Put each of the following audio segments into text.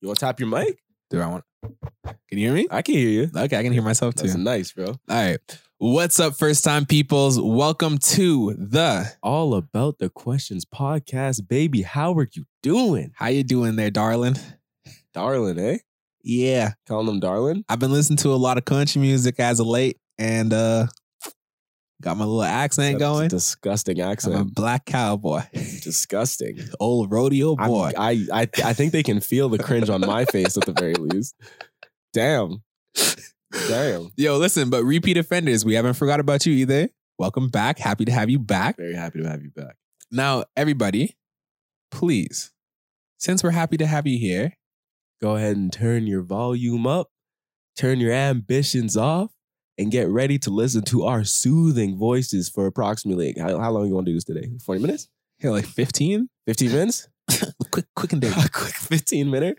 You want to tap your mic? Do I want? Can you hear me? I can hear you. Okay, I can hear myself too. That's nice, bro. All right. What's up, first time peoples? Welcome to the All about the questions podcast, baby. How are you doing, How you doing there, darling? darling? Eh? Yeah. Calling them darling. I've been listening to a lot of country music as of late and uh got my little accent That's going. Uh-huh. Disgusting I'm a accent. black cowboy. Disgusting. Old rodeo I'm- Oh, boy. I, I I think they can feel the cringe on my face at the very least. Damn. Damn. Yo, listen, but repeat offenders, we haven't forgot about you either. Welcome back. Happy to have you back. Very happy to have you back. Now, everybody, please, since we're happy to have you here, Go ahead and turn your volume up, turn your ambitions off, and get ready to listen to our soothing voices for approximately how, how long you want to do this today? 40 minutes? here like 15? 15 minutes? quick, quick and dirty. A quick 15 minute?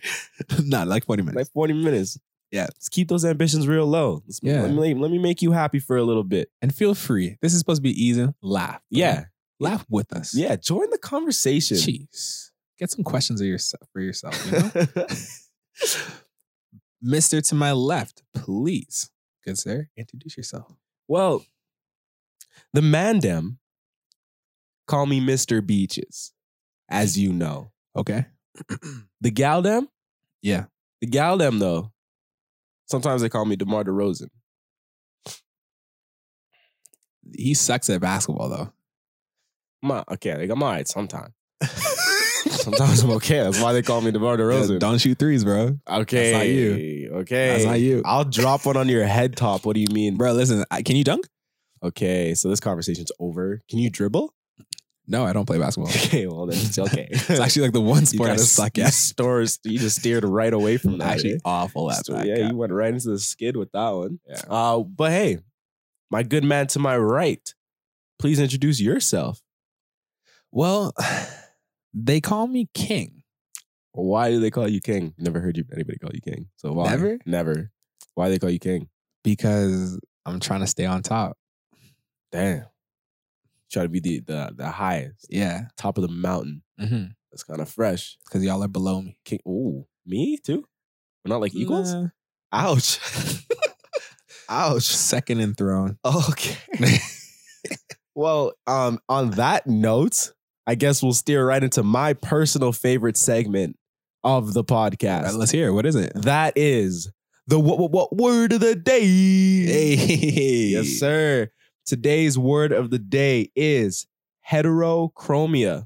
Not like 40 minutes. Like 40 minutes. Yeah. Let's keep those ambitions real low. Let's- Yeah. Let me, let me make you happy for a little bit. and feel free. This is supposed to be easy. Laugh. Yeah. Laugh with us. Yeah. Join the conversation. Jeez. Get some questions of yourself for yourself. You know? Mr. to my left, please. Good sir, introduce yourself. Well, the Mandem call me Mr. Beaches, as you know. Okay. The Galdem? Yeah. The Galdem, though, sometimes they call me DeMar DeRozan. He sucks at basketball though. I'm all- okay, like, I'm all right sometimes. Sometimes I'm okay. That's why they call me DeMar DeRozan. don't shoot threes, bro. okay. that's not you. Okay. That's not you. I'll drop one on your head top. What do you mean? Bro, listen, I, can you dunk? Okay, so this conversation's over. Can you dribble? No, I don't play basketball. Okay, well, then it's okay. it's actually like the one You sport I gotta suck s- at. Stores, you just steered right away from I'm that. eh? actually awful at So, that. yeah, you went right into the skid with that one. Yeah. Uh, but hey, my good man to my right, please introduce yourself. Well, they call me king. Why do they call you king? Never heard you anybody call you king. So why? Never? Never. Why they call you king? because I'm trying to stay on top. Damn. Try to be the the, the highest, Yeah, top of the mountain. because That's kind of fresh. y'all are below me. King. Ooh, me too. We're not like equals. Ouch. Ouch. second in throne. Okay. well, um, on that note, I guess we'll steer right into my personal favorite segment of the All right, podcast. let's hear. it. What is it? That is the what, what, what word of the day. Yes, Yes, sir. Today's word of the day is heterochromia.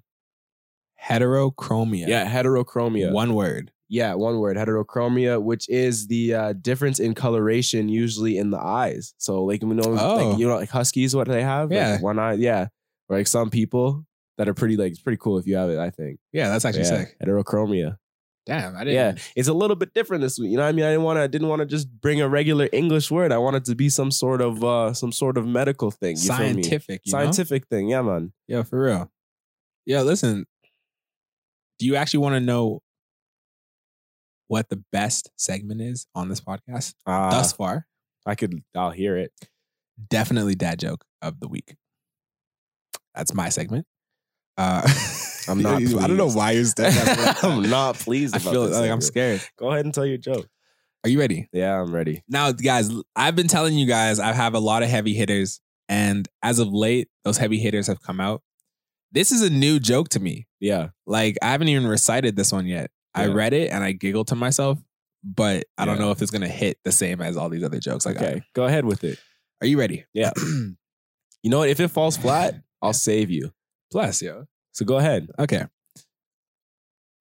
Heterochromia. heterochromia. One word. yeah, one word, heterochromia, which is the uh, difference in coloration usually in the eyes. So, like you know, Oh. like you know, like huskies, what they have, Like, Yeah. one eye, yeah. Or like some people that are pretty, like it's pretty cool if you have it. I think Yeah, that's actually yeah. sick. heterochromia. Damn, I Yeah, it's a little bit different this week. You know, what I mean, I didn't want to, I didn't want to just bring a regular English word. I wanted to be some sort of, uh some sort of medical thing, you feel me? Scientific. You scientific thing. Yeah, man. Know? Yeah, for real. Yeah, listen. Do you actually want to know what the best segment is on this podcast Uh, thus far? I could, I'll hear it. Definitely dad joke of the week. That's my segment. Uh, I'm not I don't know pleased. why you're standing up like that. I'm not pleased. I about feel this like I'm segment. scared. Go ahead and tell your joke. Are you ready? Yeah, I'm ready. Now, guys, I've been telling you guys I have a lot of heavy hitters, and as of late, those heavy hitters have come out. This is a new joke to me. Yeah. Like I haven't even recited this one yet. I Yeah. read it and I giggled to myself, but I don't Yeah. know if it's gonna hit the same as all these other jokes. Like, Okay. Go ahead with it. are you ready? Yeah. You know what? If it falls flat, I'll save you. Plus, yo. So go ahead. Okay.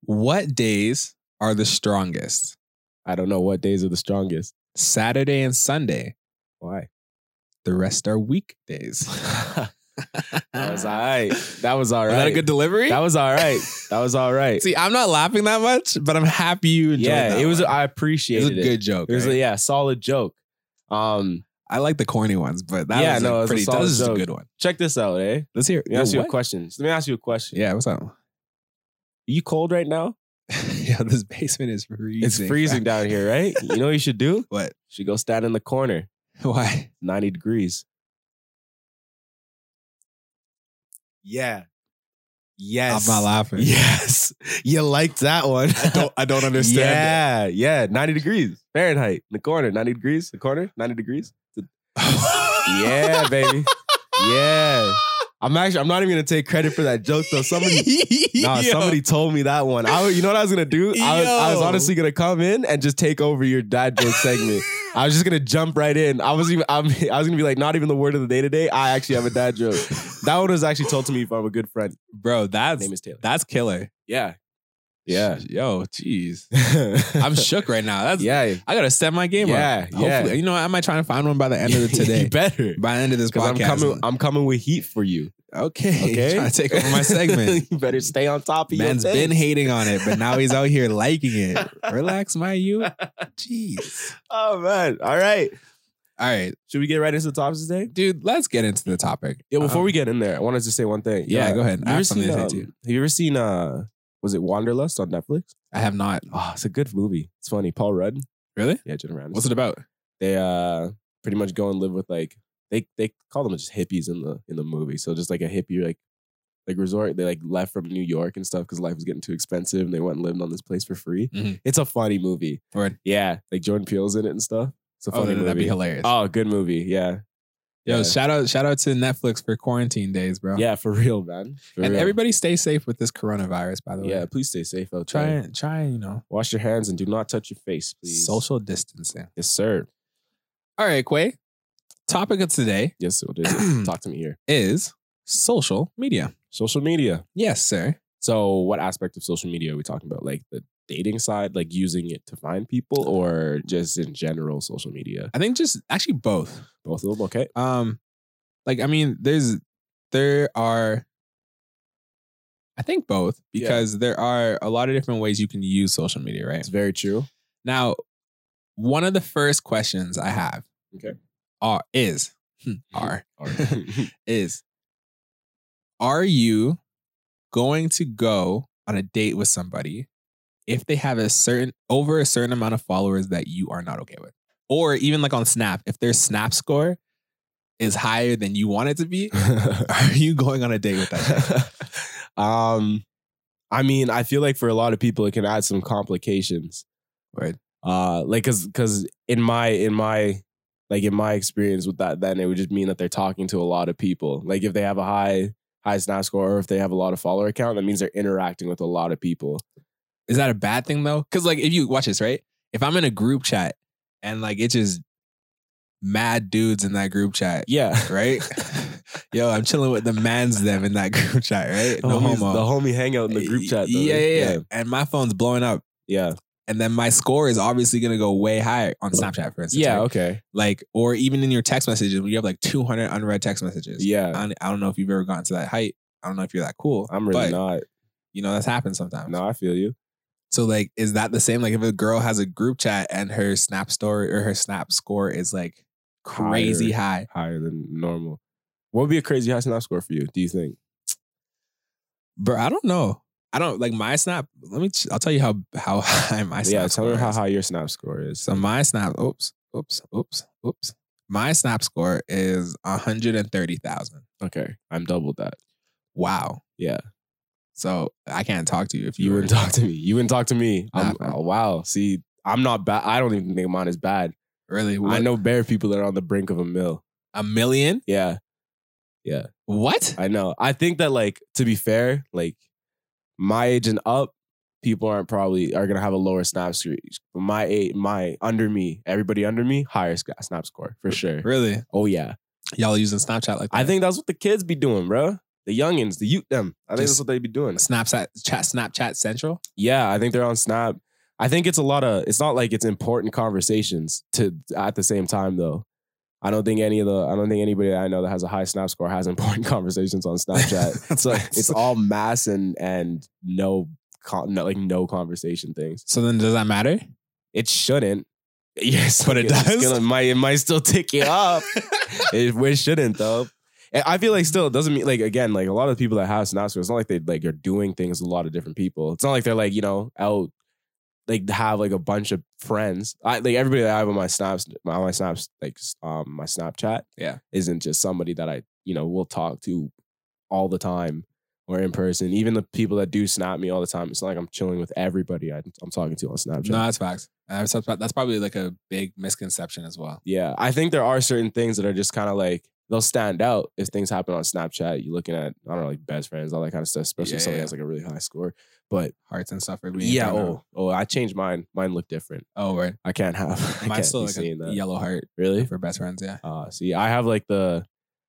What days are the strongest? I don't know what days are the strongest. Saturday and Sunday. Why? The rest are weekdays. that was all right. That was all right. Was that a good delivery? That was all right. That was all right. See, I'm not laughing that much, but I'm happy you enjoyed yeah, that it was. one. I it was a appreciated it. good joke. eh? It was a, right? yeah, solid joke. Um, I like the corny ones, but that Yeah, was no, it a was a pretty. That solid was just a joke. good one. check this out, eh? Let's hear. Let me ask you a what? question. Let me ask you a question. Yeah, what's up? You cold right now? yeah, this basement is freezing. It's freezing down here, right? You know what you should do? You What? should go stand in the corner, Why? ninety degrees. Yeah. Yes. I'm not laughing. Yes. You liked that one. I don't I don't understand. yeah, yeah. 90 degrees. Fahrenheit. In the corner. 90 degrees. The corner. 90 degrees. Yeah, baby. Yeah. I'm actually I'm not even gonna take credit for that joke though. Somebody Nah, Yo. somebody told me that one. I, you know what I was gonna do? I was, I was Yo. honestly gonna come in and just take over your dad joke segment. I was just gonna jump right in. I was even I'm, I was gonna be like, not even the word of the day today. I actually have a dad joke. that one was actually told to me from a good friend. Bro, that's Name is Taylor. that's killer. Yeah, yeah, Yo, jeez. I'm I'm shook right now. That's yeah, I gotta step my game Yeah, up. yeah. Hopefully. You know, what? I might try and find one by the end of the you today. better by the end of this because I'm podcast. coming. I'm coming with heat for you. okay. Okay, Trying to take over my segment. you better stay on top of Man's your been things. hating on it, but now he's out here liking it. Relax, my you. Jeez. Oh man! All right, All right, should we get right into the topics today? dude. Let's get into the topic. Yeah, before Um, we get in there, I wanted to say one thing. Yeah, go ahead. Have I you ever have something seen? to um, say too. Have you ever seen? Uh, was it Wanderlust on Netflix? I have not. Oh, it's a good movie. It's funny. Paul Rudd. Really? Yeah, Jennifer Aniston. What's it about? They uh pretty much go and live with like they they call them just hippies in the in the movie. So just like a hippie like like resort. They like left from New York and stuff because life was getting too expensive, and they went and lived on this place for free. Mhm. It's a funny movie. Word. Yeah, like Jordan Peele's in it and stuff. It's a Oh, funny no, no, movie. that'd be hilarious. Oh, good movie. Yeah. Yo, yeah. shout out, shout out to Netflix for quarantine days, bro. yeah, for real, man. For and real. Oh, everybody stay safe with this coronavirus. By the way, Yeah, please stay safe out Try there. and try and you know Wash your hands and do not touch your face, please. social distancing. Yes, sir. All right, Quay. Topic of today Yes, it is. Talk to me here. is social media. Social media. Yes, sir. So, what aspect of social media are we talking about? Like the dating side, like using it to find people, or just in general social media? I think just actually both. Both of them, okay? Um, like I mean, there's there are. I think both Yeah. because there are a lot of different ways you can use social media, right? It's very true. Now, one of the first questions I have, Okay. are is hmm, are All right. is are you going to go on a date with somebody if they have a certain over a certain amount of followers that you are not okay with, or even like on Snap, if their Snap score is higher than you want it to be, are you going on a date with that? um, I mean, I feel like for a lot of people, it can add some complications. Right. uh like cuz cuz in my in my like in my experience with that then it would just mean that they're talking to a lot of people like if they have a high high snap score or if they have a lot of follower account that means they're interacting with a lot of people Is that a bad thing though? Because like if you watch this, right? If I'm in a group chat and like it's just mad dudes in that group chat, yeah right? Yo, I'm chilling with the mans them in that group chat, right? the, No homies- homo. the homie hangout in the group chat though. Yeah, yeah, yeah. yeah And my phone's blowing up. yeah, And then my score is obviously gonna go way higher on Snapchat, for instance. Oh. Yeah, right? okay Like, or even in your text messages, when you have like 200 unread text messages. I yeah don't, I don't know if you've ever gotten to that height. I don't know if you're that cool. i'm really but, not You know, that's happened sometimes. no i feel you So like, is that the same? Like, if a girl has a group chat and her snap story or her snap score is like crazy high, higher than normal what would be a crazy high snap score for you do you think bro, I don't know. I don't like my snap. Let me. I'll tell you how how high my snap. yeah tell score me how is. high your snap score is So my snap. Oops. Oops. Oops. Oops. My snap score is hundred and thirty thousand. okay i'm double that Wow. yeah So I can't talk to you if you, You were wouldn't talk to me. You wouldn't talk to me. Nah, I'm- fam. oh, wow. See, I'm not bad. I don't even think mine is bad. Really? I What? know bare people that are on the brink of a mill. a million. Yeah, What? I know. I think that, like, to be fair, like my age and up, people aren't probably are gonna have a lower snap score. But my age, my under me, everybody under me, higher sc- snap score for sure. Really? Oh yeah, Y'all using Snapchat like that? I think that's what the kids be doing, bro. The youngins, the youth, them. I think Just- that's what they be doing. Snapchat chat Snapchat Central. Yeah, I think they're on Snap. I think it's a lot of. It's not like it's important conversations to at the same time though. I don't think any of the. I don't think anybody that I know that has a high Snap score has important conversations on Snapchat. That's so nice. it's all mass and and no, con, no like no conversation things. So then, does that matter? It shouldn't. Yes, But it does? It might it might still tick you up. it, it shouldn't though. And I feel like still it doesn't mean like again like a lot of people that have snaps. It's not like they like are doing things with a lot of different people. It's not like they're like you know out like have like a bunch of friends. I like everybody that I have on my snaps, my, on my snaps like um my Snapchat Yeah. isn't just somebody that I you know will talk to all the time or in person. Even the people that do snap me all the time, it's not like I'm chilling with everybody I, I'm talking to on Snapchat. No, that's facts. Uh, so That's that's probably like a big misconception as well. Yeah, I think there are certain things that are just kind of like they'll stand out if things happen on Snapchat. You're looking at I don't know like best friends, all that kind of stuff, especially Yeah, if somebody yeah. has like a really high score. But Hearts and stuff. we ain't yeah, trying to- oh, oh, I changed mine. Mine looked different. oh, right. I can't have. I can't Mine's still be like a seeing that. yellow heart Really? for best friends. Yeah. Uh, see, I have like the,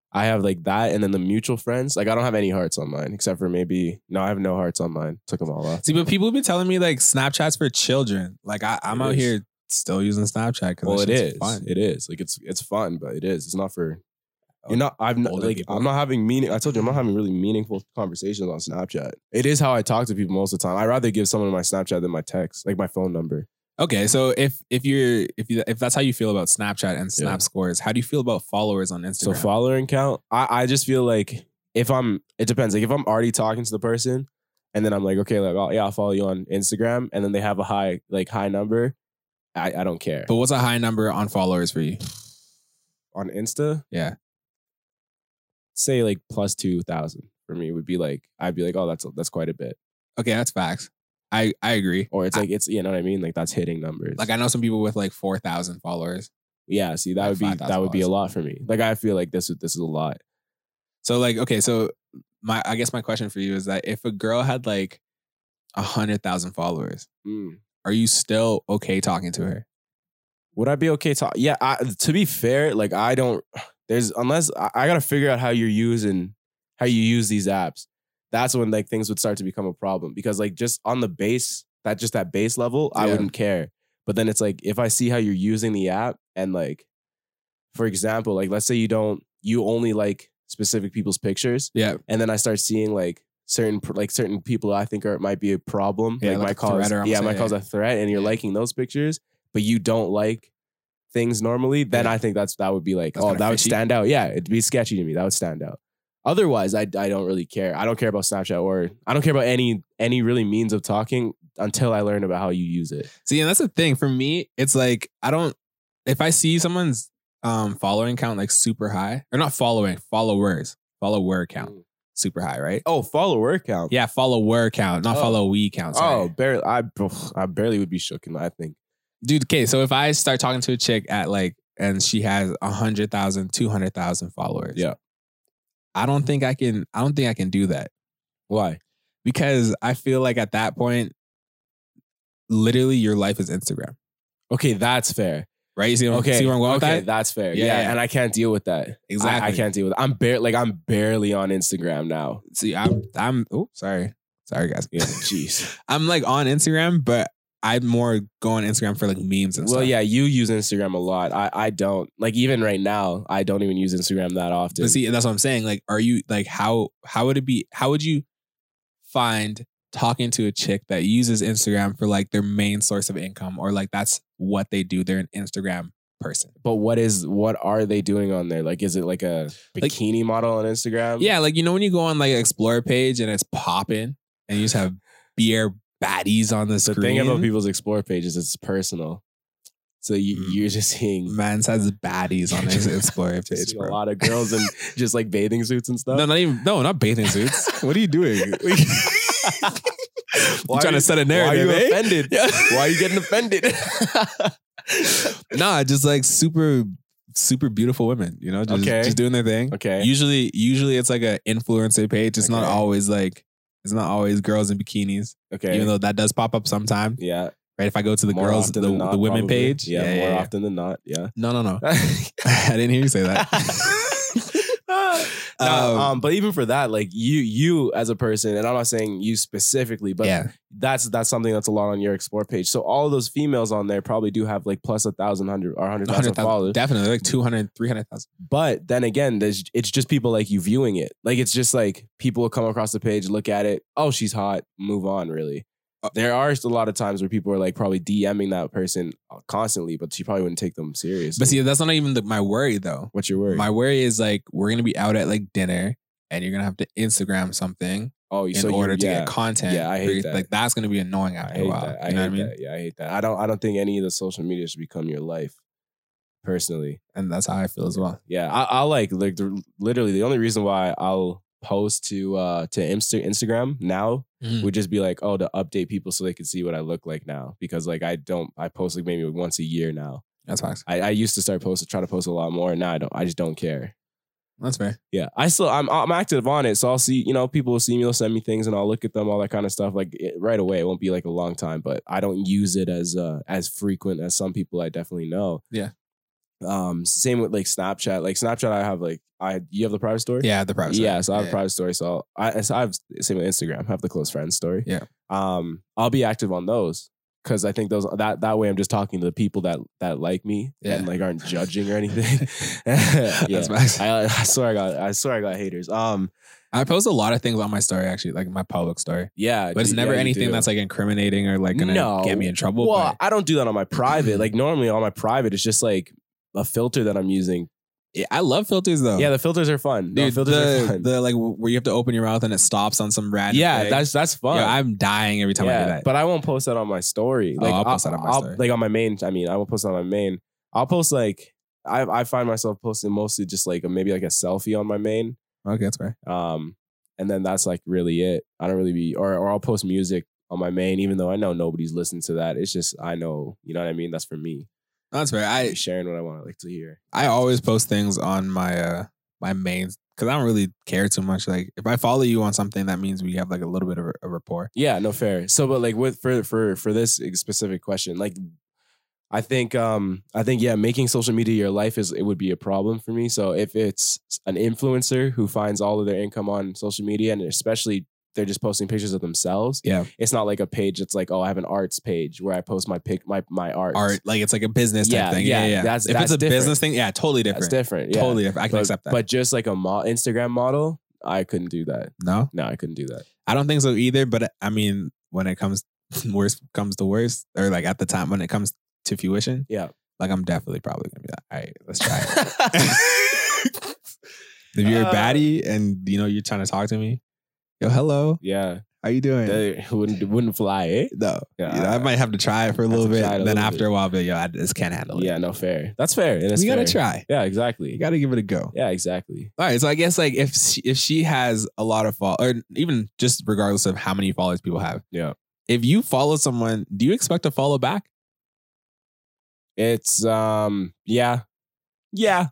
I have like that, and then the mutual friends. Like I don't have any hearts on mine except for maybe no, I have no hearts on mine. Took them all off. See, but people be telling me like Snapchat's for children. Like I, I'm It out is. here still using Snapchat because Well, it is. fun. It is like it's it's fun, but it is. It's not for. Oh, You're not. I'm not, older like people. I'm not having meaning. I told you I'm not having really meaningful conversations on Snapchat. It is how I talk to people most of the time. I rather give someone my Snapchat than my text, like my phone number. Okay, so if if you're if you if that's how you feel about Snapchat and Snap Yeah. scores, how do you feel about followers on So Instagram? follower count. I I just feel like if I'm, it depends. Like if I'm already talking to the person, and then I'm like, okay, like I'll, yeah, I'll follow you on Instagram, and then they have a high like high number. I I don't care but what's a high number on followers for you? on Insta. Yeah. Say like plus two thousand for me would be like I'd be like, oh, that's that's quite a bit. Okay, that's facts. I I agree. or it's I- like it's you know what I mean. Like that's hitting numbers. Like I know some people with like four thousand followers. yeah, see that like would be 5,000 that would be a followers. lot for me. Like I feel like this is- this is a lot. So like okay, so my I guess my question for you is that if a girl had like a hundred thousand followers, Hmm. are you still okay talking to her? Would I be okay to? Yeah, I, to be fair, like I don't. There's unless I, I gotta figure out how you're using how you use these apps. That's when like things would start to become a problem because like just on the base that just that base level, I Yeah. wouldn't care. But then it's like if I see how you're using the app and like, for example, like let's say you don't you only like specific people's pictures. Yeah, and then I start seeing like certain like certain people I think are might be a problem. Yeah, like, like might a cause threat or yeah, almost, might yeah, cause yeah. a threat, and you're Yeah. liking those pictures, but you don't like things normally. Then Yeah. I think that's that would be like That's oh kinda that would fishy. stand out. Yeah, it'd be sketchy to me. That would stand out. Otherwise, I I don't really care. I don't care about Snapchat or I don't care about any any really means of talking until I learn about how you use it. See, and that's the thing for me. It's like I don't. If I see someone's um following count like super high, or not following followers, follower count Mm. super high, right? Oh, follower count. Yeah, follower count, not Oh. follow we count. Oh, Sorry. barely. I I barely would be shooken. I think. dude. Okay, so if I start talking to a chick at like, and she has a hundred thousand, two hundred thousand followers, Yeah. I don't think I can. I don't think I can do that Why? because I feel like at that point, literally your life is Instagram, Okay, that's fair. right? You see, okay, Okay. see where I'm going with okay, that? that's fair. Yeah, Yeah, yeah. and I can't deal with that. I- I, Exactly. can't deal with. I'm barely like I'm barely on Instagram now. See, I'm, I'm. Oh, sorry, sorry, guys. Yeah, jeez. I'm like on Instagram, but I more go on Instagram for like memes and well, stuff. yeah, you use Instagram a lot. I I don't like even right now. I don't even use Instagram that often. But see, that's what I'm saying. Like, are you like how how would it be? How would you find talking to a chick that uses Instagram for like their main source of income or like that's what they do? They're an Instagram person. but what is what are they doing on there? Like, is it like a Like- bikini model on Instagram? Yeah, like you know when you go on like Explore page and it's popping and you just have beer baddies on the The screen. thing about people's explore pages, it's personal. So you, Mm. you're just seeing, man says baddies on his Explore page. seeing a Bro. lot of girls in just like bathing suits and stuff. No, not even no, not bathing suits. what are you doing? Why you are trying you- to set Why a are narrative? you eh? offended? Yeah. Why are you getting offended? Nah, just like super, super beautiful women. You know, just, Okay. just doing their thing. okay. Usually, usually it's like an influencer page. It's not Okay. always like it's not always girls in bikinis. okay. Even though that does pop up sometime, yeah. right? If I go to the more girls, the, often than not, the women probably. page. Yeah, more often than not. Yeah. No, no, no. I didn't hear you say that. No, Um, um, but even for that, like you, you as a person, and I'm not saying you specifically, but yeah, that's that's something that's a lot on your explore page. So all those females on there probably do have like plus a thousand hundred or hundred thousand 100,000 followers. definitely like 200, 300,000. But then again, there's it's just people like you viewing it. Like it's just like people will come across the page, look at it, oh she's hot, move on. Really, Uh, there are a lot of times where people are like probably DMing that person uh, constantly, but she probably wouldn't take them seriously. But see, that's not even the, my worry though. what's your word? My worry is like we're gonna be out at like dinner and you're gonna have to Instagram something oh, in so you- order to yeah. get content. Yeah, I hate Because, that. Like that's gonna be annoying I after a hate while. that. I you know hate what I mean? that. Yeah, I hate that. I don't. I don't think any of the social media should become your life. Personally, And that's how I feel as well. yeah, I, I like like the, literally the only reason why I'll post to uh to Insta- Instagram now would just be like, oh, to update people so they can see what I look like now because like I don't I post like maybe once a year now. That's facts. I, I used to start posting try to post a lot more and now I don't I just don't care. That's fair. Yeah, I still I'm I'm active on it, so I'll see you know people will see me, they'll send me things, and I'll look at them, all that kind of stuff. Like it, right away, it won't be like a long time, but I don't use it as uh as frequent as some people I definitely know. Yeah. Um, same with like Snapchat. Like Snapchat, I have like I you have the private story. Yeah, the private. Yeah, so I have a private story. So I, so I have same with Instagram. I have the close friends story. Yeah. Um, I'll be active on those because I think those that that way I'm just talking to the people that that like me and Yeah. like aren't judging or anything. yeah. That's facts. I, I, I swear I got I swear I got haters. Um, post a lot of things on my story actually, like my public story, yeah, but it's dude, never yeah, you anything do. that's like incriminating or like gonna No. get me in trouble. well. but I don't do that on my private. Like normally on my private, it's just like a filter that I'm using. Yeah, I love filters though. Yeah, the filters are fun. No, Oh. Dude, filters are the, fun. the like where you have to open your mouth and it stops on some random. yeah, thing. that's that's fun. Yo, I'm dying every time I do that. But I won't post that on my story. Oh, Like I'll post that on my I'll- story. Like on my main. I mean, I won't post that on my main. I'll post like I I find myself posting mostly just like a, maybe like a selfie on my main. okay, that's fair. Um, and then that's like really it. I don't really be or or I'll post music on my main, even though I know nobody's listening to that. It's just I know you know what I mean. That's for me. That's fair. I Be sharing what I want to like to hear. I always post things on my uh my main because I don't really care too much. Like if I follow you on something, that means we have like a little bit of a, a rapport. Yeah, no fair. So, but like with for for for this specific question, like I think um I think yeah, making social media your life is it would be a problem for me. So if it's an influencer who finds all of their income on social media, and especially they're just posting pictures of themselves, Yeah. it's not like a page that's like oh I have an arts page where I post my pic my my art. Art like it's like a business type Yeah, thing. yeah, Yeah, yeah. that's- if that's it's a different. business thing, yeah, totally different. that's different. Yeah. Totally different. I can but, accept that. But just like a mo- Instagram model, I couldn't do that. no, No, I couldn't do that. I don't think so either. But uh, I mean, when it comes worst comes to worst, or like at the time when it comes to fruition, Yeah. like I'm definitely probably gonna be like, all right, let's try it. if you're Uh, a baddie and you know you're trying to talk to me, yo, hello, yeah, how you doing? that wouldn't wouldn't fly. Eh? No, Yeah, You know, I I- might have to try it for a Have to little bit. try it a then little after bit. a while, but yo, I just can't handle it. Yeah, no fair. That's fair. and it's we gotta fair. try. Yeah, You exactly. gotta give it a go. Yeah, exactly. All right, so I guess like if she, if she has a lot of followers, or even just regardless of how many followers people have, Yeah. if you follow someone, do you expect to follow back? It's um yeah. Yeah.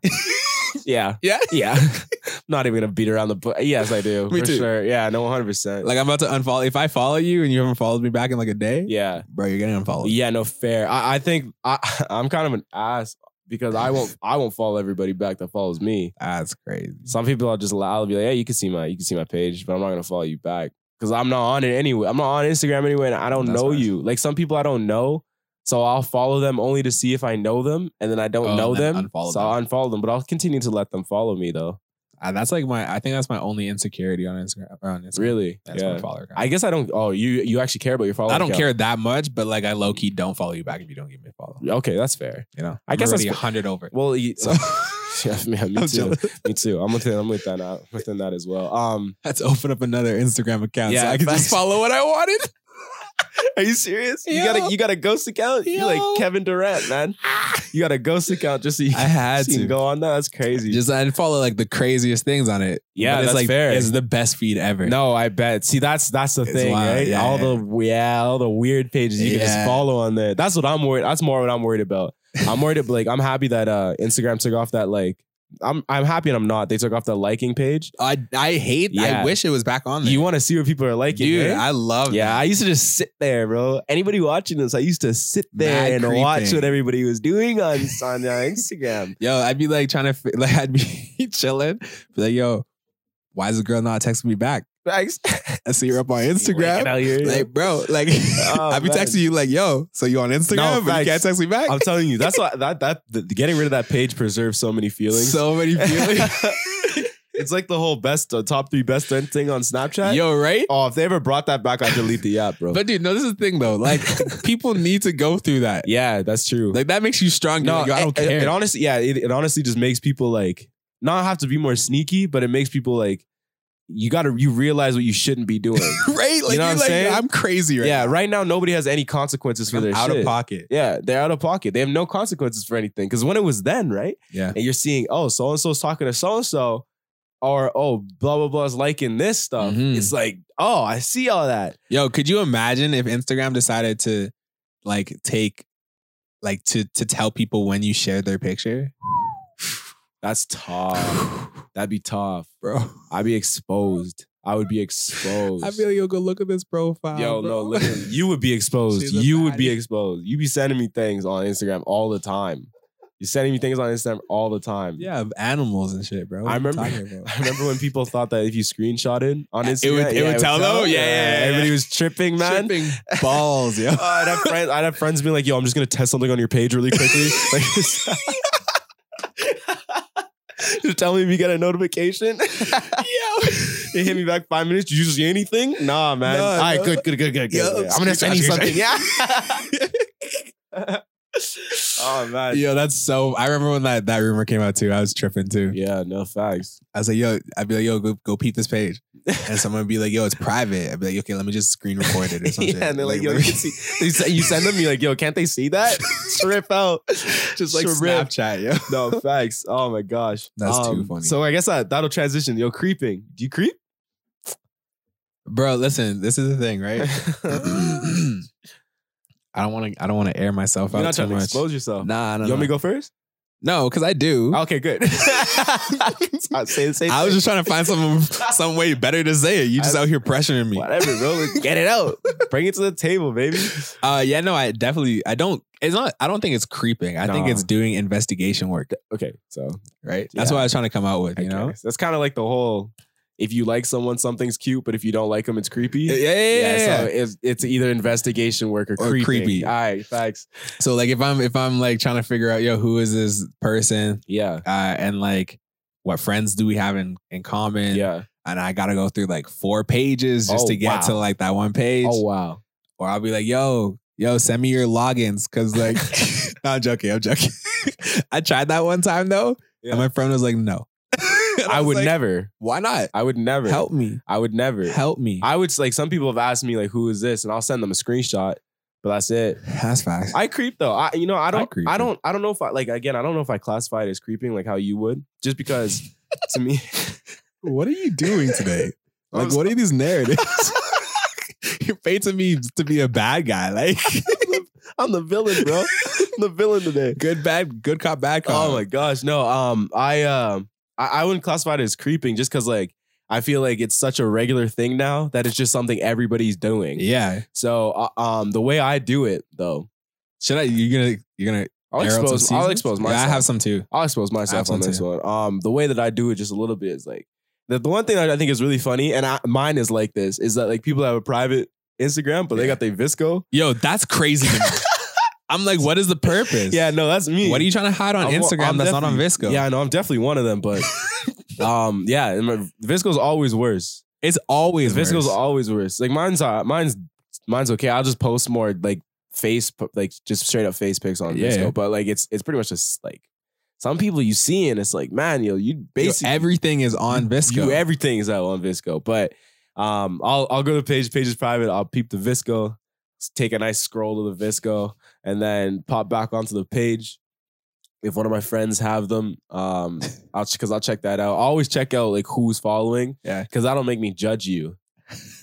yeah. Yeah, Yeah. Not even gonna beat around the bush. Yes, I do. Me for too. sure. Yeah, no 100 percent Like I'm about to unfollow. If I follow you and you haven't followed me back in like a day, Yeah. bro, you're getting unfollowed. Yeah, no fair. I, I think I I'm kind of an ass because I won't I won't follow everybody back that follows me. That's crazy. Some people I'll just allow I'll be like, yeah, you can see my you can see my page, but I'm not gonna follow you back. Cause I'm not on it anyway. I'm not on Instagram anyway, and I don't That's know facts. you. Like some people I don't know. So I'll follow them only to see if I know them, and then I don't Oh, know and then them. unfollow So I'll unfollow them, but I'll continue to let them follow me though. Uh, that's like my. I think that's my only insecurity on Instagram. On Instagram. Really? That's my yeah. follower. count. I guess I don't. Oh, you you actually care about your followers? I don't care that much, but like I low key don't follow you back if you don't give me a follow. Okay, that's fair. You know, I guess already that's- hundred over. Well, you, So yeah, man, me I'm too. jealous. Me too. I'm within. I'm within that. Within that as well. Um, let's open up another Instagram account so Yeah, I can facts. just follow what I wanted. are you serious? You Yo. got a you got a ghost account? You Yo. like Kevin Durant, man? You got a ghost account just so you, I had so you can to go on that? That's crazy. just I'd follow like the craziest things on it. Yeah, But it's that's like fair. It's the best feed ever. no, I bet. See, that's that's the It's thing, wild. right? Yeah, all yeah. the yeah, all the weird pages you can just Yeah. follow on there. That's what I'm worried. That's more what I'm worried about. I'm worried. ab- like, I'm happy that uh, Instagram took off that like. I'm I'm happy and I'm not. They took off the liking page. I I hate. Yeah. I wish it was back on there. You want to see what people are liking, dude? right? I love. yeah, that. I used to just sit there, bro. Anybody watching this, I used to sit there Mad and watch creeping. what everybody was doing on on uh, Instagram. Yo, I'd be like trying to fi- like I'd be chilling. Be like, yo, why is the girl not texting me back? Thanks. I see her up on Instagram. Out here. Like, bro, like Oh, I'd be man. texting you like, yo, so you on Instagram, but you thanks. can't text me back. I'm telling you, that's why that that the, getting rid of that page preserves so many feelings. So many feelings. it's like the whole best uh, top three best friend thing on Snapchat. Yo, right? Oh, if they ever brought that back, I'd delete the app, bro. But dude, no, this is the thing though. Like people need to go through that. yeah, that's true. Like that makes you stronger. No, I don't it, care. It, honestly, yeah, it, it honestly just makes people like not have to be more sneaky, but it makes people like you got to you realize what you shouldn't be doing. right? Like You know what you're I'm like, saying? I'm crazy right yeah, right now nobody has any consequences for now. I'm their out shit. of pocket. Yeah, they're out of pocket. They have no consequences for anything. Because when it was then, right? Yeah. And you're seeing, oh, so and so's talking to so and so. or oh blah blah blah is liking this stuff. Mhm. It's like oh I see all that. Yo, could you imagine if Instagram decided to like take like to to tell people when you share their picture? That's tough. That'd be tough. bro. I'd be exposed. I would be exposed. I feel like yo go look at this profile. Yo, bro. no, listen. You would be exposed. She's a You would be baddie. exposed. You be sending me things on Instagram all the time. You're sending me things on Instagram all the time. yeah, of animals and shit, bro. What I are you remember- talking about? I remember when people thought that if you screenshotted on Instagram, It would- it would tell though? Yeah, yeah, yeah. Everybody was tripping, man. Tripping balls, yo. Uh, I'd have friends. I'd have friends being like, "Yo, I'm just gonna test something on your page really quickly." like, just- just tell me if you get a notification. yo, they hit me back five minutes. Did you see anything? Nah, man. No, All right, no. good, good, good, good, good. Yo, Yeah, I'm gonna send you screenshot, something. Yeah. oh man. yo, that's so. I remember when that that rumor came out too. I was tripping too. Yeah. No facts. I was like, yo, I'd be like, yo, go go peep this page, and someone would be like, yo, it's private. I'd be like, okay, let me just screen record it or something. yeah, and they're like, yo, you can see. They, se- you send them, you're like, yo, can't they see that? Trip out. just like Trip. Snapchat, yo. No facts. Oh my gosh. Um, That's too funny. So I guess that that'll transition. Yo, creeping. Do you creep? Bro, listen, this is the thing, right? I don't want to. I don't want to air myself You're out not too trying to much. expose yourself. Nah, no, you want me to go first? no, because I do. Okay, good. I'll say the same I was thing. just trying to find some some way better to say it. You just I- out here pressuring me. Whatever, bro. Get it out. Bring it to the table, baby. Uh, yeah, no, I definitely. I don't. It's not. I don't think it's creeping. I think Nah. it's doing investigation work. Okay, so Right. That's Yeah. what I was trying to come out with. I You know. guess. that's kind of like the whole if you like someone, something's cute, but if you don't like them, it's creepy. Yeah, yeah, yeah. yeah, so yeah. it's, it's either investigation work or, Or creeping. creepy. All right, facts. So like, if I'm if I'm like trying to figure out, yo, who is this person, Yeah, uh, and like, what friends do we have in in common? yeah. and I gotta go through like four pages just Oh, to get wow. to like that one page. Oh wow. Or I'll be like, yo, yo, send me your logins. Cause like no, I'm joking, I'm joking. I tried that one time though, Yeah. and my friend was like, no. And I was would like, never. why not? I would never. Help me. I would never. Help me. I would like some people have asked me like, who is this, and I'll send them a screenshot, but that's it. That's facts. I creep though. I you know I don't creep, I, yeah. don't I don't know if I like again I don't know if I classify it as creeping like how you would just because to me what are you doing today? I'm like, what are these narratives? You're painting me to be a bad guy. Like I'm the villain bro I'm the villain today good bad, good cop, bad cop. oh my gosh no um I um I, I wouldn't classify it as creeping just because like I feel like it's such a regular thing now that it's just something everybody's doing Yeah. so uh, um the way I do it though Should I you're gonna you're gonna I'll air out some expose I'll seasons? expose Yeah, myself I have some too. I'll expose myself on Absolutely. this one. Um, the way that I do it just a little bit is like the, the one thing that I think is really funny, and I, mine is like this, is that like people have a private Instagram, but they got their Visco. Yo, that's crazy to me. I'm like, what is the purpose? Yeah, no, that's me. What are you trying to hide on I'm- Instagram I'm that's not on definitely- Visco? Yeah, I know I'm definitely one of them, but um, yeah, and my, Visco's always worse. It's always Visco's worse. always worse. Like mine's uh, mine's mine's okay. I'll just post more like face like just straight up face pics on Yeah. Visco, but like it's it's pretty much just like some people you see and it's like man, yo, you Yo, basically everything is on Visco. You, everything is out on Visco. But um, I'll I'll go to the page. Page is private. I'll peep the Visco, s- take a nice scroll to the Visco, and then pop back onto the page. If one of my friends have them, um, I'll because I'll check that out. I always check out like who's following. Yeah. because that'll make me judge you.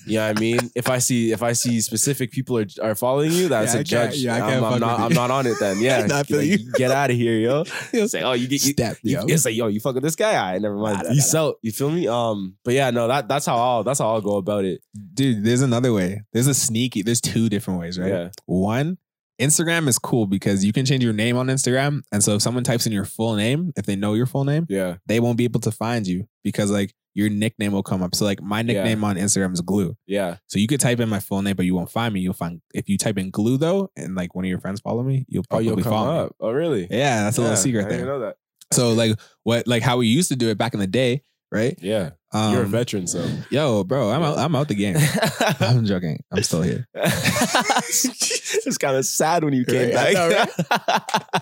You know what I mean? if I see if I see specific people are, are following you, that's Yeah, a I can't- judge. yeah, I I'm- can't I'm, fuck not. with you. I'm not on it then. Yeah, Nah, I feel Like, you. get out of here, yo. Yo, It's like, oh, you get you, Step, you, yo. it's like, yo, you fuck with this guy. I never mind. Nah, nah, you nah, sell. You feel me? Um, but yeah, no, that that's how I'll that's how I'll go about it. Dude, there's another way. There's a sneaky, there's two different ways, right? Yeah. One, Instagram is cool because you can change your name on Instagram. And so if someone types in your full name, if they know your full name, Yeah. they won't be able to find you because like your nickname will come up. So like my Yeah. nickname on Instagram is glue. Yeah. So you could type in my full name, but you won't find me. You'll find if you type in glue though, and like one of your friends follow me, you'll Oh, probably you'll come follow me. up. Oh, really? Yeah, that's a Yeah, little secret I didn't there. know that. So like what like how we used to do it back in the day, right? Yeah. Um, You're a veteran, so. Yo, bro, I'm out, I'm out the game. I'm joking. I'm still here. it's kind of sad when you came Right, I back. know,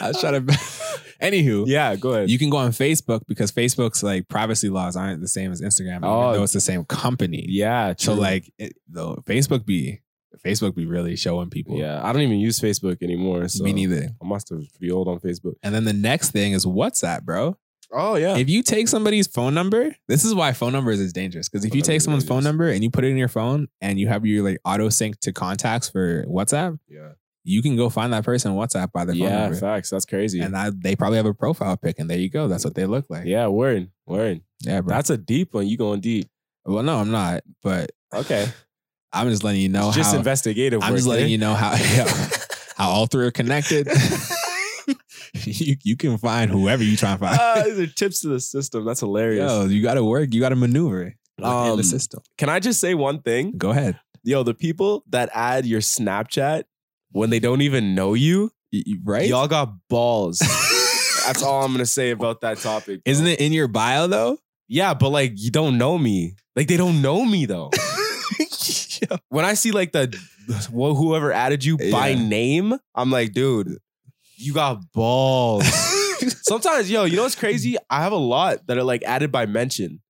I was trying to. Anywho, yeah. Go ahead. you can go on Facebook because Facebook's like privacy laws aren't the same as Instagram, Oh. even though it's the same company. yeah. So true. like, it, though Facebook be Facebook be really showing people. Yeah, I don't even use Facebook anymore. So me neither. I must have be old on Facebook. And then the next thing is WhatsApp, bro. Oh yeah. If you take somebody's phone number, this is why phone numbers is dangerous. Because if Phone you take numbers are someone's phone dangerous. number and you put it in your phone and you have your like auto sync to contacts for WhatsApp, yeah. you can go find that person on WhatsApp by their phone Yeah. number. Facts. That's crazy. And I, they probably have a profile pic, and there you go. That's what they look like. yeah. Word. Word. yeah bro. That's a deep one. You going deep? well, no, I'm not, but Okay. I'm just letting you know It's just how. investigative. eh? I'm just letting you know how how all three are connected. you you can find whoever you try to find. Ah, these are tips to the system. That's hilarious. Yo, you got to work. You got to maneuver in the Um, system. Can I just say one thing? Go ahead. Yo, the people that add your Snapchat when they don't even know you, Y- y- Right? y'all got balls. That's all I'm gonna say about that topic. Isn't it in your bio though? Yeah, but like you don't know me. Like they don't know me though. when I see like the wh- whoever added you by Yeah. name, I'm like, dude, you got balls. Sometimes, yo, you know what's crazy? I have a lot that are like added by mention.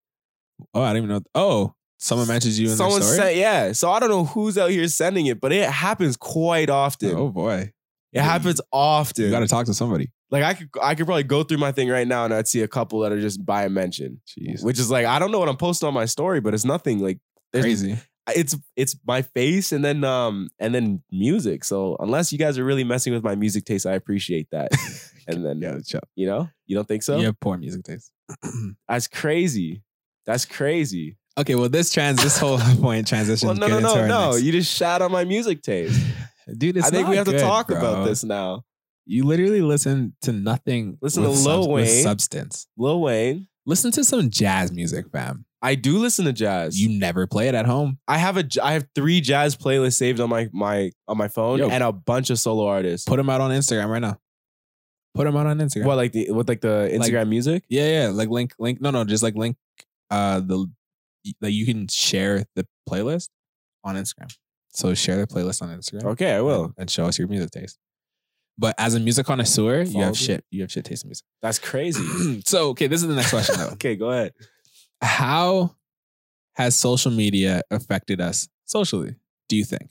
oh, I don't even know. Oh, someone mentions you in Someone their story. sent, yeah. So I don't know who's out here sending it, but it happens quite often. oh boy, it happens often. you got to talk to somebody. like I could, I could probably go through my thing right now and I'd see a couple that are just by mention, Jeez, which is like I don't know what I'm posting on my story, but it's nothing like there's crazy. it's it's my face and then um and then music. So unless you guys are really messing with my music taste, I appreciate that. and then Yeah, chill. you know you don't think so? you have poor music taste. That's crazy. That's crazy. okay, well, this trans, this whole point transition. Well, no, no, no, no. You just shat on my music taste. dude. It's I think not we have good, to talk bro. about this now. You literally listen to nothing. Listen with to Lil with Wayne. substance. Lil Wayne. Listen to some jazz music, fam. I do listen to jazz. You never play it at home. I have a j- I have three jazz playlists saved on my my on my phone Yo. and a bunch of solo artists. Put them out on Instagram right now. Put them out on Instagram. What like the what like the Like- Instagram music? Yeah, yeah. Like link, link. No, no. Just like link. Uh, the like you can share the playlist on Instagram. So share the playlist on Instagram. Okay, I will. and, and show us your music taste. But as a music connoisseur, you Follow me. have shit. You have shit taste in music. That's crazy. so okay, this is the next question though. okay, go ahead. How has social media affected us socially? Do you think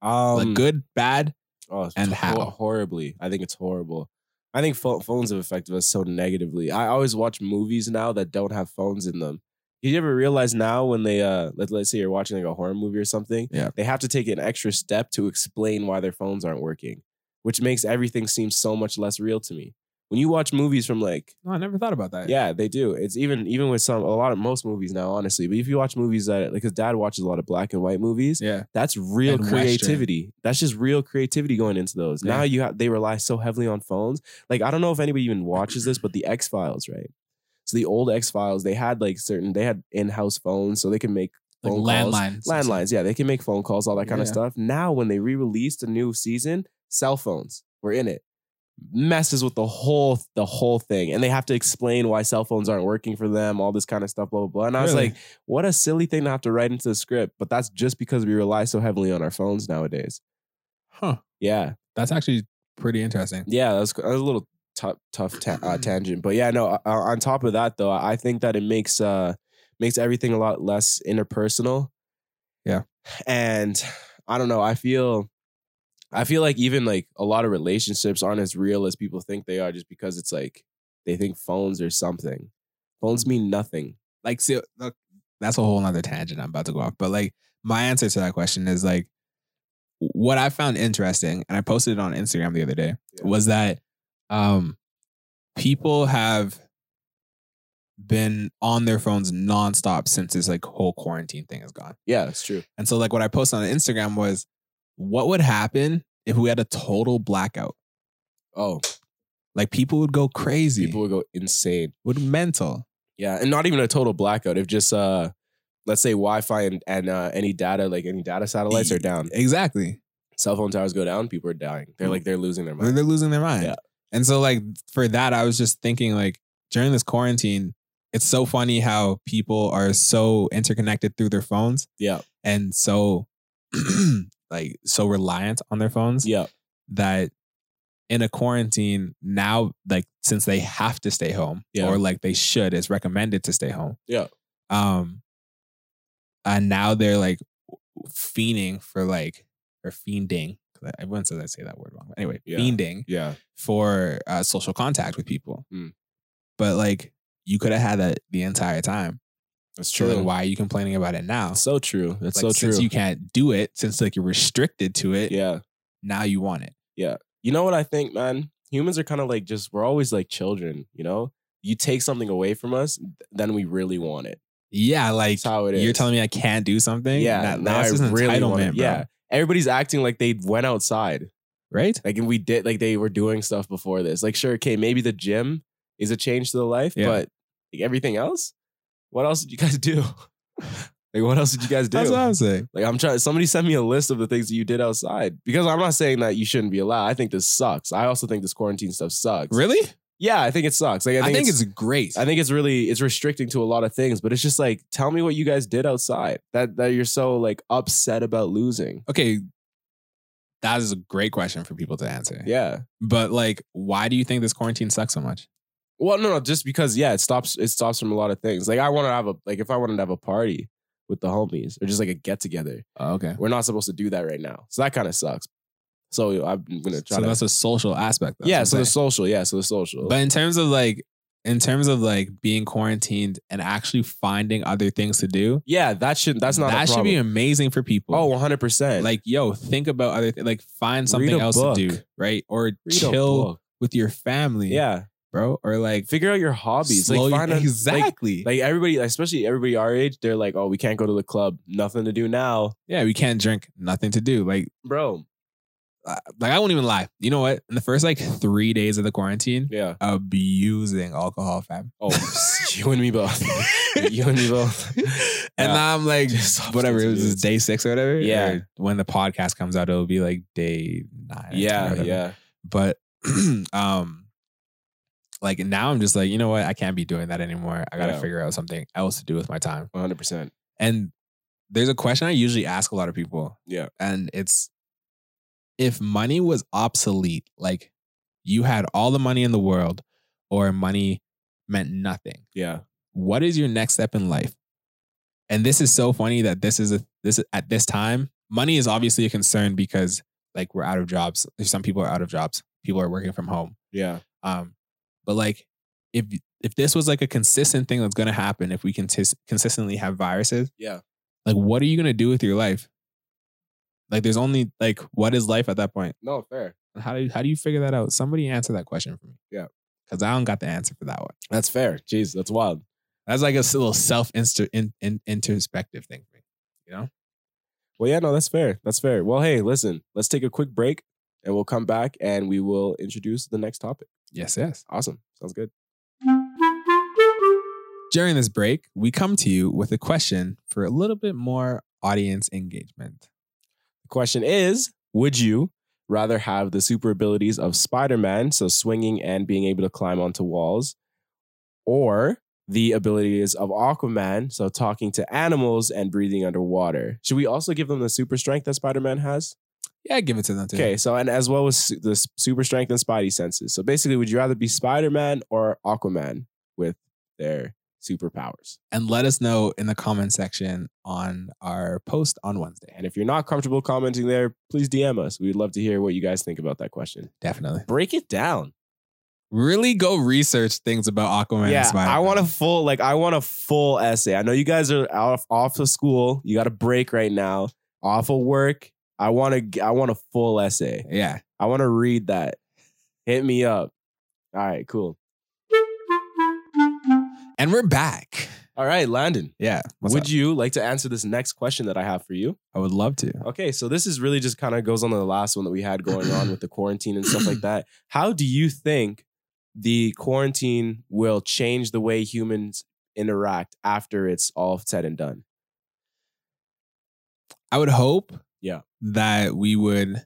Um, like good, bad? Oh, it's and hor- how? horribly. I think it's horrible. I think pho- phones have affected us so negatively. I always watch movies now that don't have phones in them. Did you ever realize now when they uh let, let's say you're watching like a horror movie or something, Yeah. they have to take an extra step to explain why their phones aren't working, which makes everything seem so much less real to me. When you watch movies from like No, I never thought about that. yeah, they do. It's even even with some a lot of most movies now, honestly. But if you watch movies that like his dad watches a lot of black and white movies, yeah. that's real And Western. creativity. That's just real creativity going into those. Yeah. Now you have they rely so heavily on phones. Like I don't know if anybody even watches this, but the X Files, right? So the old X Files, they had like certain they had in-house phones, so they could make Like phone calls. landlines. landlines. Yeah, they can make phone calls, all that kind of Yeah. stuff. Now when they re-released a new season, cell phones were in it. Messes with the whole the whole thing, and they have to explain why cell phones aren't working for them, all this kind of stuff, blah blah blah. And I was Really? like, what a silly thing to have to write into the script, but that's just because we rely so heavily on our phones nowadays. Huh. Yeah, That's actually pretty interesting. yeah, that was, that was a little tough, tough ta- uh, tangent, but yeah, no. Uh, on top of that, though, I think that it makes uh makes everything a lot less interpersonal. Yeah. and I don't know. I feel, I feel like even like a lot of relationships aren't as real as people think they are, just because it's like they think phones are something. Phones mean nothing. like so look, that's a whole nother tangent I'm about to go off. But like my answer to that question is like what I found interesting, and I posted it on Instagram the other day, Yeah. was that um people have been on their phones nonstop since this like whole quarantine thing is gone. Yeah, that's true. And so like what I posted on Instagram was what would happen if we had a total blackout? Oh, Like people would go crazy, people people would go insane. would mental. Yeah, and not even a total blackout. If just uh, let's say Wi-Fi and and uh, any data, like any data satellites, E are down. Exactly. Cell phone towers go down. People are dying. They're like they're losing their Mm. They're, mind. they're losing their mind. Yeah. And so like for that, I was just thinking like during this quarantine, it's so funny how people are so interconnected through their phones Yeah, and so like so reliant on their phones yeah, that in a quarantine now, like since they have to stay home Yeah. or like they should, it's recommended to stay home. Yeah. Um and now they're like fiending for like or fiending. 'cause Everyone says I say that word wrong. but Anyway, Yeah. fiending yeah. for uh, social contact with people. Mm. But like You could have had that the entire time. That's So then why are you complaining about it now? So true. That's Like, so true. Since you can't do it, since like you're restricted to it, yeah. now you want it. You know what I think, man? Humans are kind of like just we're always like children, you know? You take something away from us, th- then we really want it. Yeah, like That's how it is. you're telling me I can't do something. Yeah, That- now that's I just really want entitlement, it. bro. Yeah. Everybody's acting like they went outside. right. Like and we did like they were doing stuff before this. Like, sure, okay, maybe the gym is a change to the life, Yeah. but like, everything else? What else did you guys do? like what else did you guys do? That's what I'm saying. Like I'm trying. Somebody send me a list of the things that you did outside because I'm not saying that you shouldn't be allowed. I think this sucks. I also think this quarantine stuff sucks. Really? Yeah, I think it sucks. Like I I think, it's, great. I think it's really it's restricting to a lot of things. But it's just like tell me what you guys did outside that that you're so like upset about losing. okay, that is a great question for people to answer. Yeah. But like, why do you think this quarantine sucks so much? Well, no, no, just because yeah, it stops it stops from a lot of things. Like I want to have a like if I wanted to have a party with the homies or just like a get together, okay. we're not supposed to do that right now. So that kind of sucks. So I'm gonna try So to. that's a social aspect. That's what yeah, I'm so the saying. social, yeah, so the social. but in terms of like, in terms of like being quarantined and actually finding other things to do, Yeah, that should that's not that a should problem. be amazing for people. oh, 100 percent. like yo, think about other th- like find Read something a else book. to do, right? Or chill with your family, Yeah, bro. Or like figure out your hobbies. slow like your- find a- Like, exactly. like everybody, especially everybody our age, they're like, "Oh, we can't go to the club. Nothing to do now, yeah, we can't drink, nothing to do. Like bro." I- like I won't even lie. You know what? In the first like three days of the quarantine, Yeah. abusing alcohol, fam. Oh, you and me both. you and me both. and now I'm like, Just whatever. It was substance just day six or whatever. Yeah. Or when the podcast comes out, it'll be like day nine. or Yeah, whatever. yeah, But um, like now I'm just like, you know what? I can't be doing that anymore. I gotta Yeah. figure out something else to do with my time. 100. percent And there's a question I usually ask a lot of people. Yeah. And it's if money was obsolete, like you had all the money in the world or money meant nothing, Yeah, what is your next step in life? And this is so funny that this is a this at this time, money is obviously a concern because like we're out of jobs. Some people are out of jobs. People are working from home. yeah, Um, but like if if this was like a consistent thing that's going to happen, if we can tis- consistently have viruses, yeah. like what are you going to do with your life? Like there's only like what is life at that point? No, fair. And How do you, how do you figure that out? Somebody answer that question for me. Yeah. Cuz I don't got the answer for that one. That's fair. Jeez, that's wild. That's like a s- little self inter- in, in, introspective thing for me. Well, yeah, no, that's fair. That's fair. Well, hey, listen, let's take a quick break, and we'll come back, and we will introduce the next topic. Yes, yes. Awesome. Sounds good. During this break, we come to you with a question for a little bit more audience engagement. The question is Would you rather have the super abilities of Spider Man, so swinging and being able to climb onto walls, or the abilities of Aquaman, so talking to animals and breathing underwater? Should we also give them the super strength that Spider Man has? Yeah, give it to them too. Okay, so and as well as su- the s- super strength and Spidey senses. So basically, would you rather be Spider Man or Aquaman with their superpowers? and let us know in the comment section on our post on Wednesday. And if you're not comfortable commenting there, please DM us. We'd love to hear what you guys think about that question. Definitely. Break it down. Really go research things about Aquaman yeah, and Spider-Man. I want a full like I want a full essay. I know you guys are out of, off of school. You got a break right now, off of work. I want to I want a full essay. Yeah. I want to read that. Hit me up. All right, cool. And we're back. All right, Landon. Yeah. would Would you? you like to answer this next question that I have for you? I would love to. Okay, so this is really just kind of goes on to the last one that we had going on with the quarantine and stuff like that. How do you think the quarantine will change the way humans interact after it's all said and done? I would hope Yeah. that we would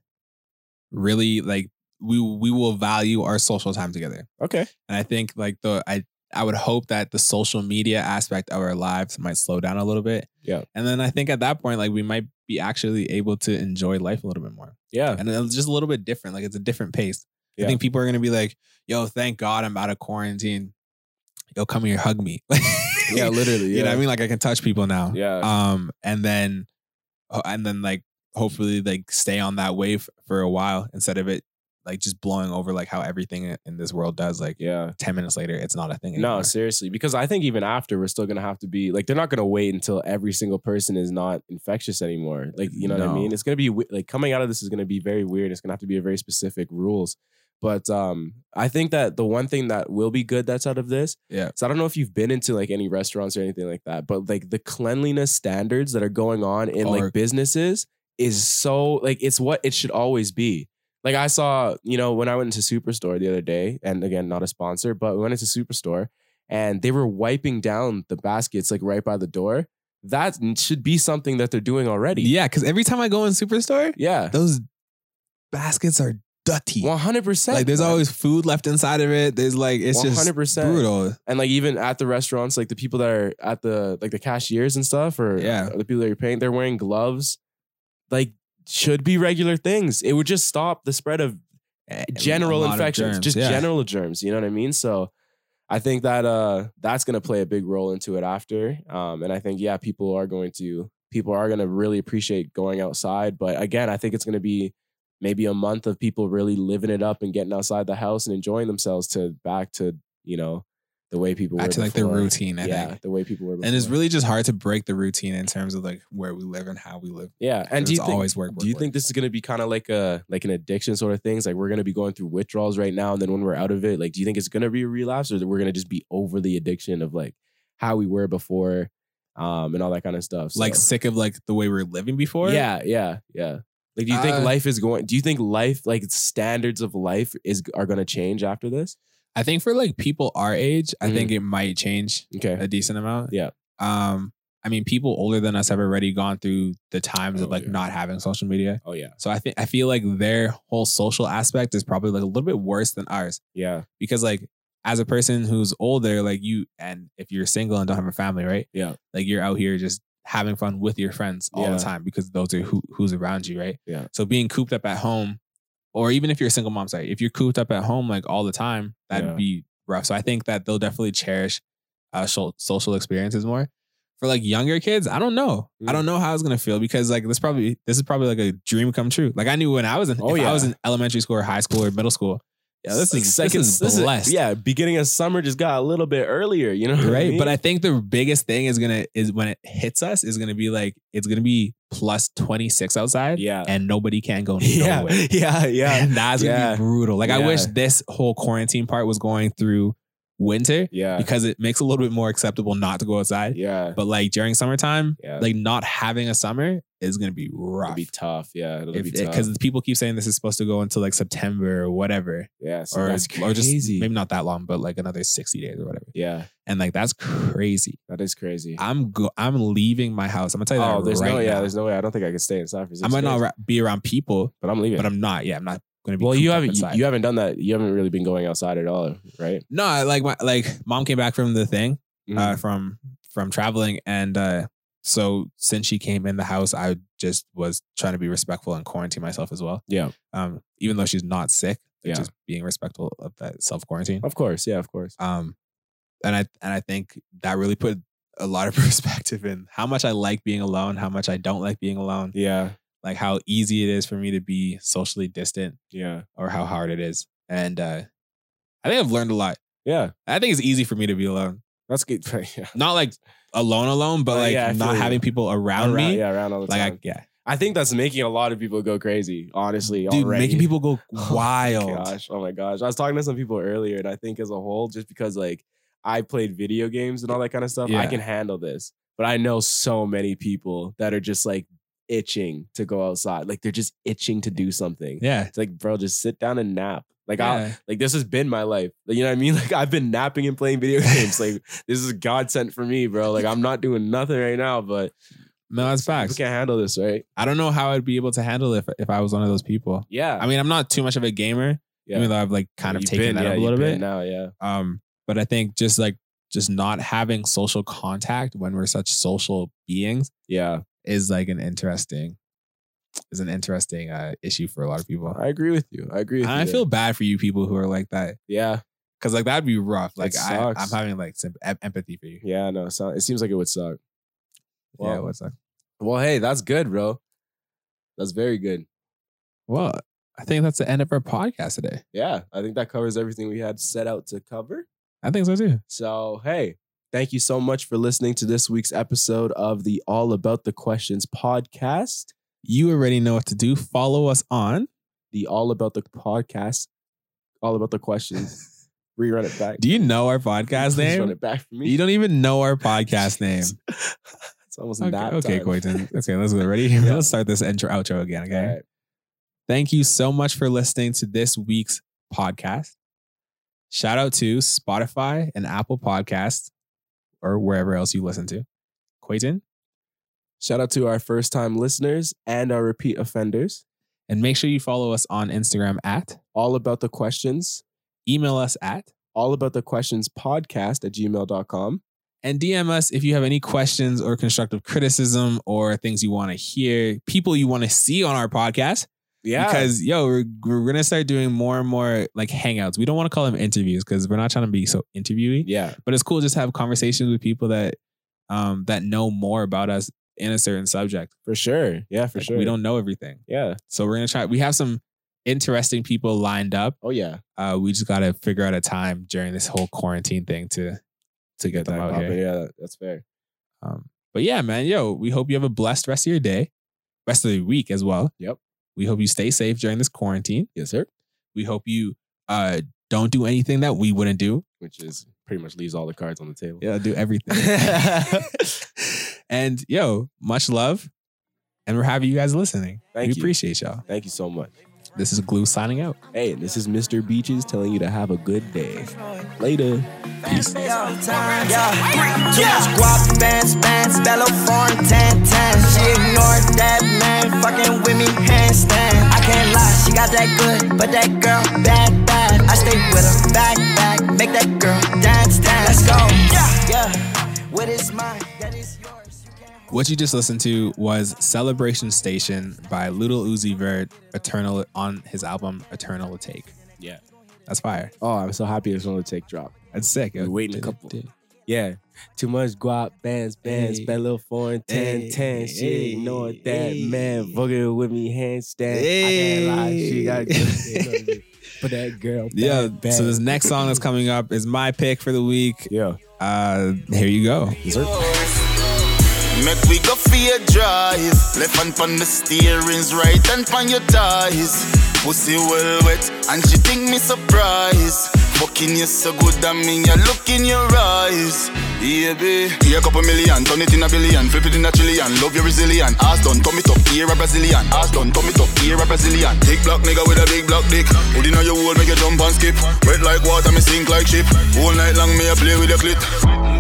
really like we we will value our social time together. Okay. And I think like the I I would hope that the social media aspect of our lives might slow down a little bit. Yeah. And then I think at that point like we might be actually able to enjoy life a little bit more. Yeah. And it's just a little bit different. Like it's a different pace. Yeah. I think people are gonna be like, yo, thank God I'm out of quarantine. Yo, come here, hug me. Yeah, literally. You know what I yeah. mean? Like I can touch people now. Yeah. Um, and then, ho- and then like hopefully like stay on that wave for a while instead of it like just blowing over like how everything in- in this world does. Like Yeah. 10 minutes later, it's not a thing anymore. No, seriously, because I think even after we're still gonna have to be like they're not gonna wait until every single person is not infectious anymore. Like you know what I No. mean? It's gonna be we- like coming out of this is gonna be very weird. It's gonna have to be a very specific rules. But um, I think that the one thing that will be good that's out of this, Yeah. So I don't know if you've been into like any restaurants or anything like that, but like the cleanliness standards that are going on in Are- like businesses is so like it's what it should always be. Like I saw, you know, when I went into Superstore the other day, and again, not a sponsor, but we went into Superstore and they were wiping down the baskets like right by the door. That should be something that they're doing already. Yeah, because every time I go in Superstore, Yeah. those baskets are dirty. 100%. Like there's man. always food left inside of it. There's like it's just 100%. brutal. and like even at the restaurants, like the people that are at the like the cashiers and stuff, or Yeah. or the people that you're paying, they're wearing gloves. Like should be regular things. It would just stop the spread of general A lot of infections, germs, just yeah. general germs. You know what I mean? So I think that uh that's gonna play a big role into it after. Um, and I think yeah, people are going to people are gonna really appreciate going outside. But again, I think it's gonna be maybe a month of people really living it up and getting outside the house and enjoying themselves to back to you know the way people Back were to like their before. routine, I Yeah, think. the way people were. Before. And it's really just hard to break the routine in terms of like where we live and how we live. yeah. And And do it's you think always work, work. do you work. think this is going to be kind of like a like an addiction sort of things like we're going to be going through withdrawals right now and then when we're out of it like do you think it's going to be a relapse or that we're going to just be over the addiction of like how we were before um and all that kind of stuff like So- sick of like the way we were living before? yeah yeah yeah like do you think Uh, life is going do you think life like standards of life is are going to change after this I think for like people our age, I Mhm. think it might change okay a decent amount. Yeah. Um, I mean, people older than us have already gone through the times Oh, of like yeah. not having social media. oh yeah So I think I feel like their whole social aspect is probably like a little bit worse than ours yeah because like as a person who's older, like you and if you're single and don't have a family, right? Yeah. Like you're out here just having fun with your friends all Yeah. the time because those are who who's around you, right? Yeah. So being cooped up at home, or even if you're a single mom, sorry, if you're cooped up at home like all the time, that'd Yeah. be rough. So I think that they'll definitely cherish uh so- social experiences more. For like younger kids, I don't know. I Mm. don't know how it's gonna feel because like this probably this is probably like a dream come true. Like I knew when I was in Oh, if yeah. I was in elementary school or high school or middle school. Yeah, this Like is second- this is blessed. yeah beginning of summer just got a little bit earlier you know what I right mean? but i think the biggest thing is gonna is when it hits us is gonna be like it's gonna be plus 26 outside yeah and nobody can go yeah nowhere yeah yeah and that's gonna Yeah. be brutal like i wish Yeah. this whole quarantine part was going through winter yeah because it makes it a little bit more acceptable not to go outside yeah but like during summertime yeah like not having a summer is gonna be rough It'll be tough. Yeah, it'll be tough. because people keep saying this is supposed to go until like september or whatever yeah, so or, that's or just crazy. maybe not that long but like another 60 days or whatever yeah, and like that's crazy that is crazy. I'm go- I'm leaving my house. I'm gonna tell you that. oh, there's right no, yeah, now. there's no way. I don't think I could stay inside for six I might not days, ra- be around people, but I'm leaving. but I'm not. Yeah, I'm not gonna be. well, you cooped up haven't, you, inside. you haven't done that. You haven't really been going outside at all, right? no, I- like my like mom came back from the thing uh, Mhm. from from traveling, and uh, so since she came in the house, I just was trying to be respectful and quarantine myself as well. Yeah. Um, even though she's not sick, like, Yeah. just being respectful of that self quarantine. of course, yeah, of course. Um, and I and I think that really put a lot of perspective in how much I like being alone, how much I don't like being alone. Yeah, like how easy it is for me to be socially distant yeah, or how hard it is. And uh, I think I've learned a lot. yeah. I think it's easy for me to be alone. That's good. yeah. Not like alone, alone, but Uh, like yeah, I feel not you. having people around, me. yeah, around all the Like, time. I, yeah, I, think that's making a lot of people go crazy. Honestly, dude, already. making people go Oh my wild. Gosh, oh my gosh. I was talking to some people earlier, and I think as a whole, just because like I played video games and all that kind of stuff, I Yeah. can handle this. But I know so many people that are just like itching to go outside. Like they're just itching to do something. Yeah. It's like, bro, just sit down and nap. Like I yeah. like this has been my life. Like, you know what I mean? Like I've been napping and playing video games. like this is God sent for me, bro. Like I'm not doing nothing right now, but No, that's we facts. can't handle this, right? I don't know how I'd be able to handle it if, if I was one of those people. Yeah. I mean, I'm not too much of a gamer, yeah. even though I've like kind of You've taken been- that yeah, up a you've little been uh bit. now, yeah. Um, but I think just like just not having social contact when we're such social beings Yeah. is like an interesting is an interesting uh, issue for a lot of people. I agree with you. I agree with And you. I there. feel bad for you people who are like that yeah. because like that'd be rough. Like I, sucks. I'm having like some em- empathy for you. Yeah, no, so it seems like it would suck. Well, yeah, what's up? well, hey, that's good, bro. That's very good. Well, I think that's the end of our podcast today. Yeah, I think that covers everything we had set out to cover. I think so too. So, hey, thank you so much for listening to this week's episode of the All About the Questions podcast. You already know what to do. Follow us on. The All About the podcast, All About the Questions. Rerun it back. Do you know our podcast Please Run name? it back for me. You don't even know our podcast name. it's almost Okay, not okay time. Quayton. Okay, let's get ready. Yeah. Let's start this intro outro again. Okay. All right. Thank you so much for listening to this week's podcast. Shout out to Spotify and Apple Podcasts or wherever else you listen to. Quayton, Shout out to our first time listeners and our repeat offenders. and make sure you follow us on Instagram at, All About the Questions, email us at, All About the Questions podcast at gmail.com. and DM us if you have any questions or constructive criticism or things you want to hear, people you want to see on our podcast. Yeah. Because, yo, we're, we're going to start doing more and more like hangouts. We don't want to call them interviews because we're not trying to be so interviewing. yeah. but it's cool just to have conversations with people that um that know more about us in a certain subject For sure. Yeah, for Like, sure. we don't know everything Yeah. so we're gonna try we have some interesting people lined up Oh yeah. uh we just gotta figure out a time during this whole quarantine thing to to get them That out pop- here Yeah, that's fair. um but yeah man yo we hope you have a blessed rest of your day rest of the week as well Yep. we hope you stay safe during this quarantine Yes, sir. we hope you uh don't do anything that we wouldn't do Which is pretty much leaves all the cards on the table. Yeah, do everything. and yo, much love. And we're happy you guys listening. Thank we you. appreciate y'all. Thank you so much. This is Glue signing out. Hey, this is Mr. Beaches telling you to have a good day. Later. Peace. Yeah. Too much guap, bands, bands, bellow foreign tan tan. She ignored that man, fucking with me handstand. I can't lie, she got that good, but that girl bad bad. I stay with her back back, make that girl dance dance. Let's go. Yeah, yeah. What is mine? That is yours. You can't hold What you just listened to was Celebration Station by Little Uzi Vert, Eternal on his album Eternal Take. Yeah. That's fire. Oh, I'm so happy it's on the take drop. That's sick. We're waiting a couple. Yeah. Too much guap, bands, bands, Hey. that little foreign tan Hey. tan. She Hey. ignored that man, Hey. fucking with me handstand. I can't lie, she got good. but that girl, Yeah. bad, bad. So this next song that's coming up is my pick for the week. yeah. Uh here you go. Make we go for your drive. Left hand pon the steerings, right hand pon your thighs. Pussy well wet, and she think me surprise. Fucking you so good, I mean you look in your eyes. Yeah, babe. Here a couple million, turn it in a billion, flip it in a trillion. Love you Brazilian, ass done, tummy top, here a Brazilian. Ass done, tummy top, here a Brazilian. Big black nigga with a big black dick. Who know your wall, make you jump and skip. Wet like water, me sink like ship. All night long, me a play with your clit.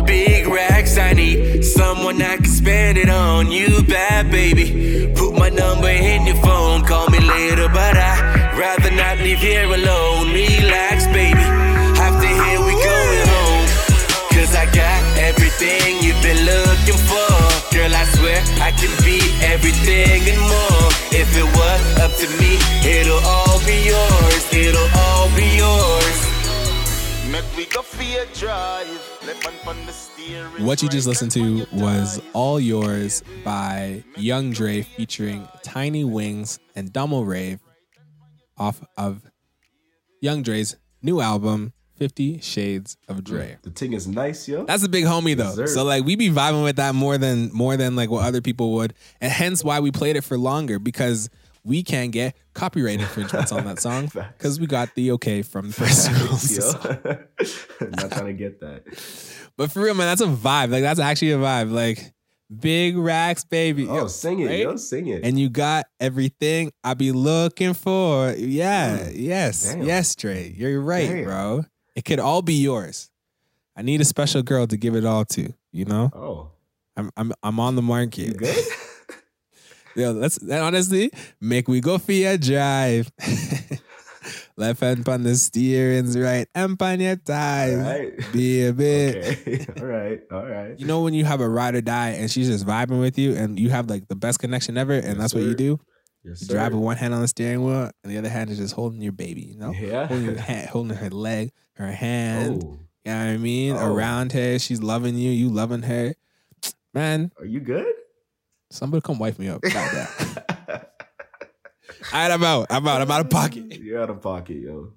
Big racks, I need someone I can spend it on. You bad baby. Put my number in your phone, call me later, but I rather not leave here alone. Relax, baby. After here, we going home. Cause I got everything you've been looking for. Girl, I swear I can be everything and more. If it was up to me, it'll all be yours. It'll all be yours. Make we go for your drive. Left hand pon the steering. What you just listened to was All Yours by Young Dre featuring Tiny Wings and Dumble Rave off of Young Dre's new album, Fifty Shades of Dre. The thing is nice, yo. That's a big homie though. Dessert. So like we be vibing with that more than more than like what other people would. And hence why we played it for longer because we can get copyright infringements on that song because we got the okay from the person who owns the song. not trying to get that. But for real, man, that's a vibe. Like that's actually a vibe. Like big racks, baby. Yo, Oh, sing it, yo, sing it. and you got everything I be looking for. Yeah, yes, Mm. Damn. yes, Dre, you're right, Damn. bro. It could all be yours. I need a special girl to give it all to. You know, oh, I'm I'm I'm on the market. good? Yo, let's that honestly make we go for your drive. Left hand on the steerings, right hand on your thighs. Be a bit. all right, all right. You know when you have a ride or die and she's just vibing with you and you have like the best connection ever and Yes, that's what sir. you do? Yes, You sir. drive with one hand on the steering wheel and the other hand is just holding your baby, you know? Holding your Yeah. hand, holding her leg, her hand. Oh, You know what I mean? Oh. Around her. She's loving you. You loving her. Man, are you good? somebody come wipe me up. Goddamn. All right, I'm out. I'm out. I'm out of pocket. You're out of pocket, yo.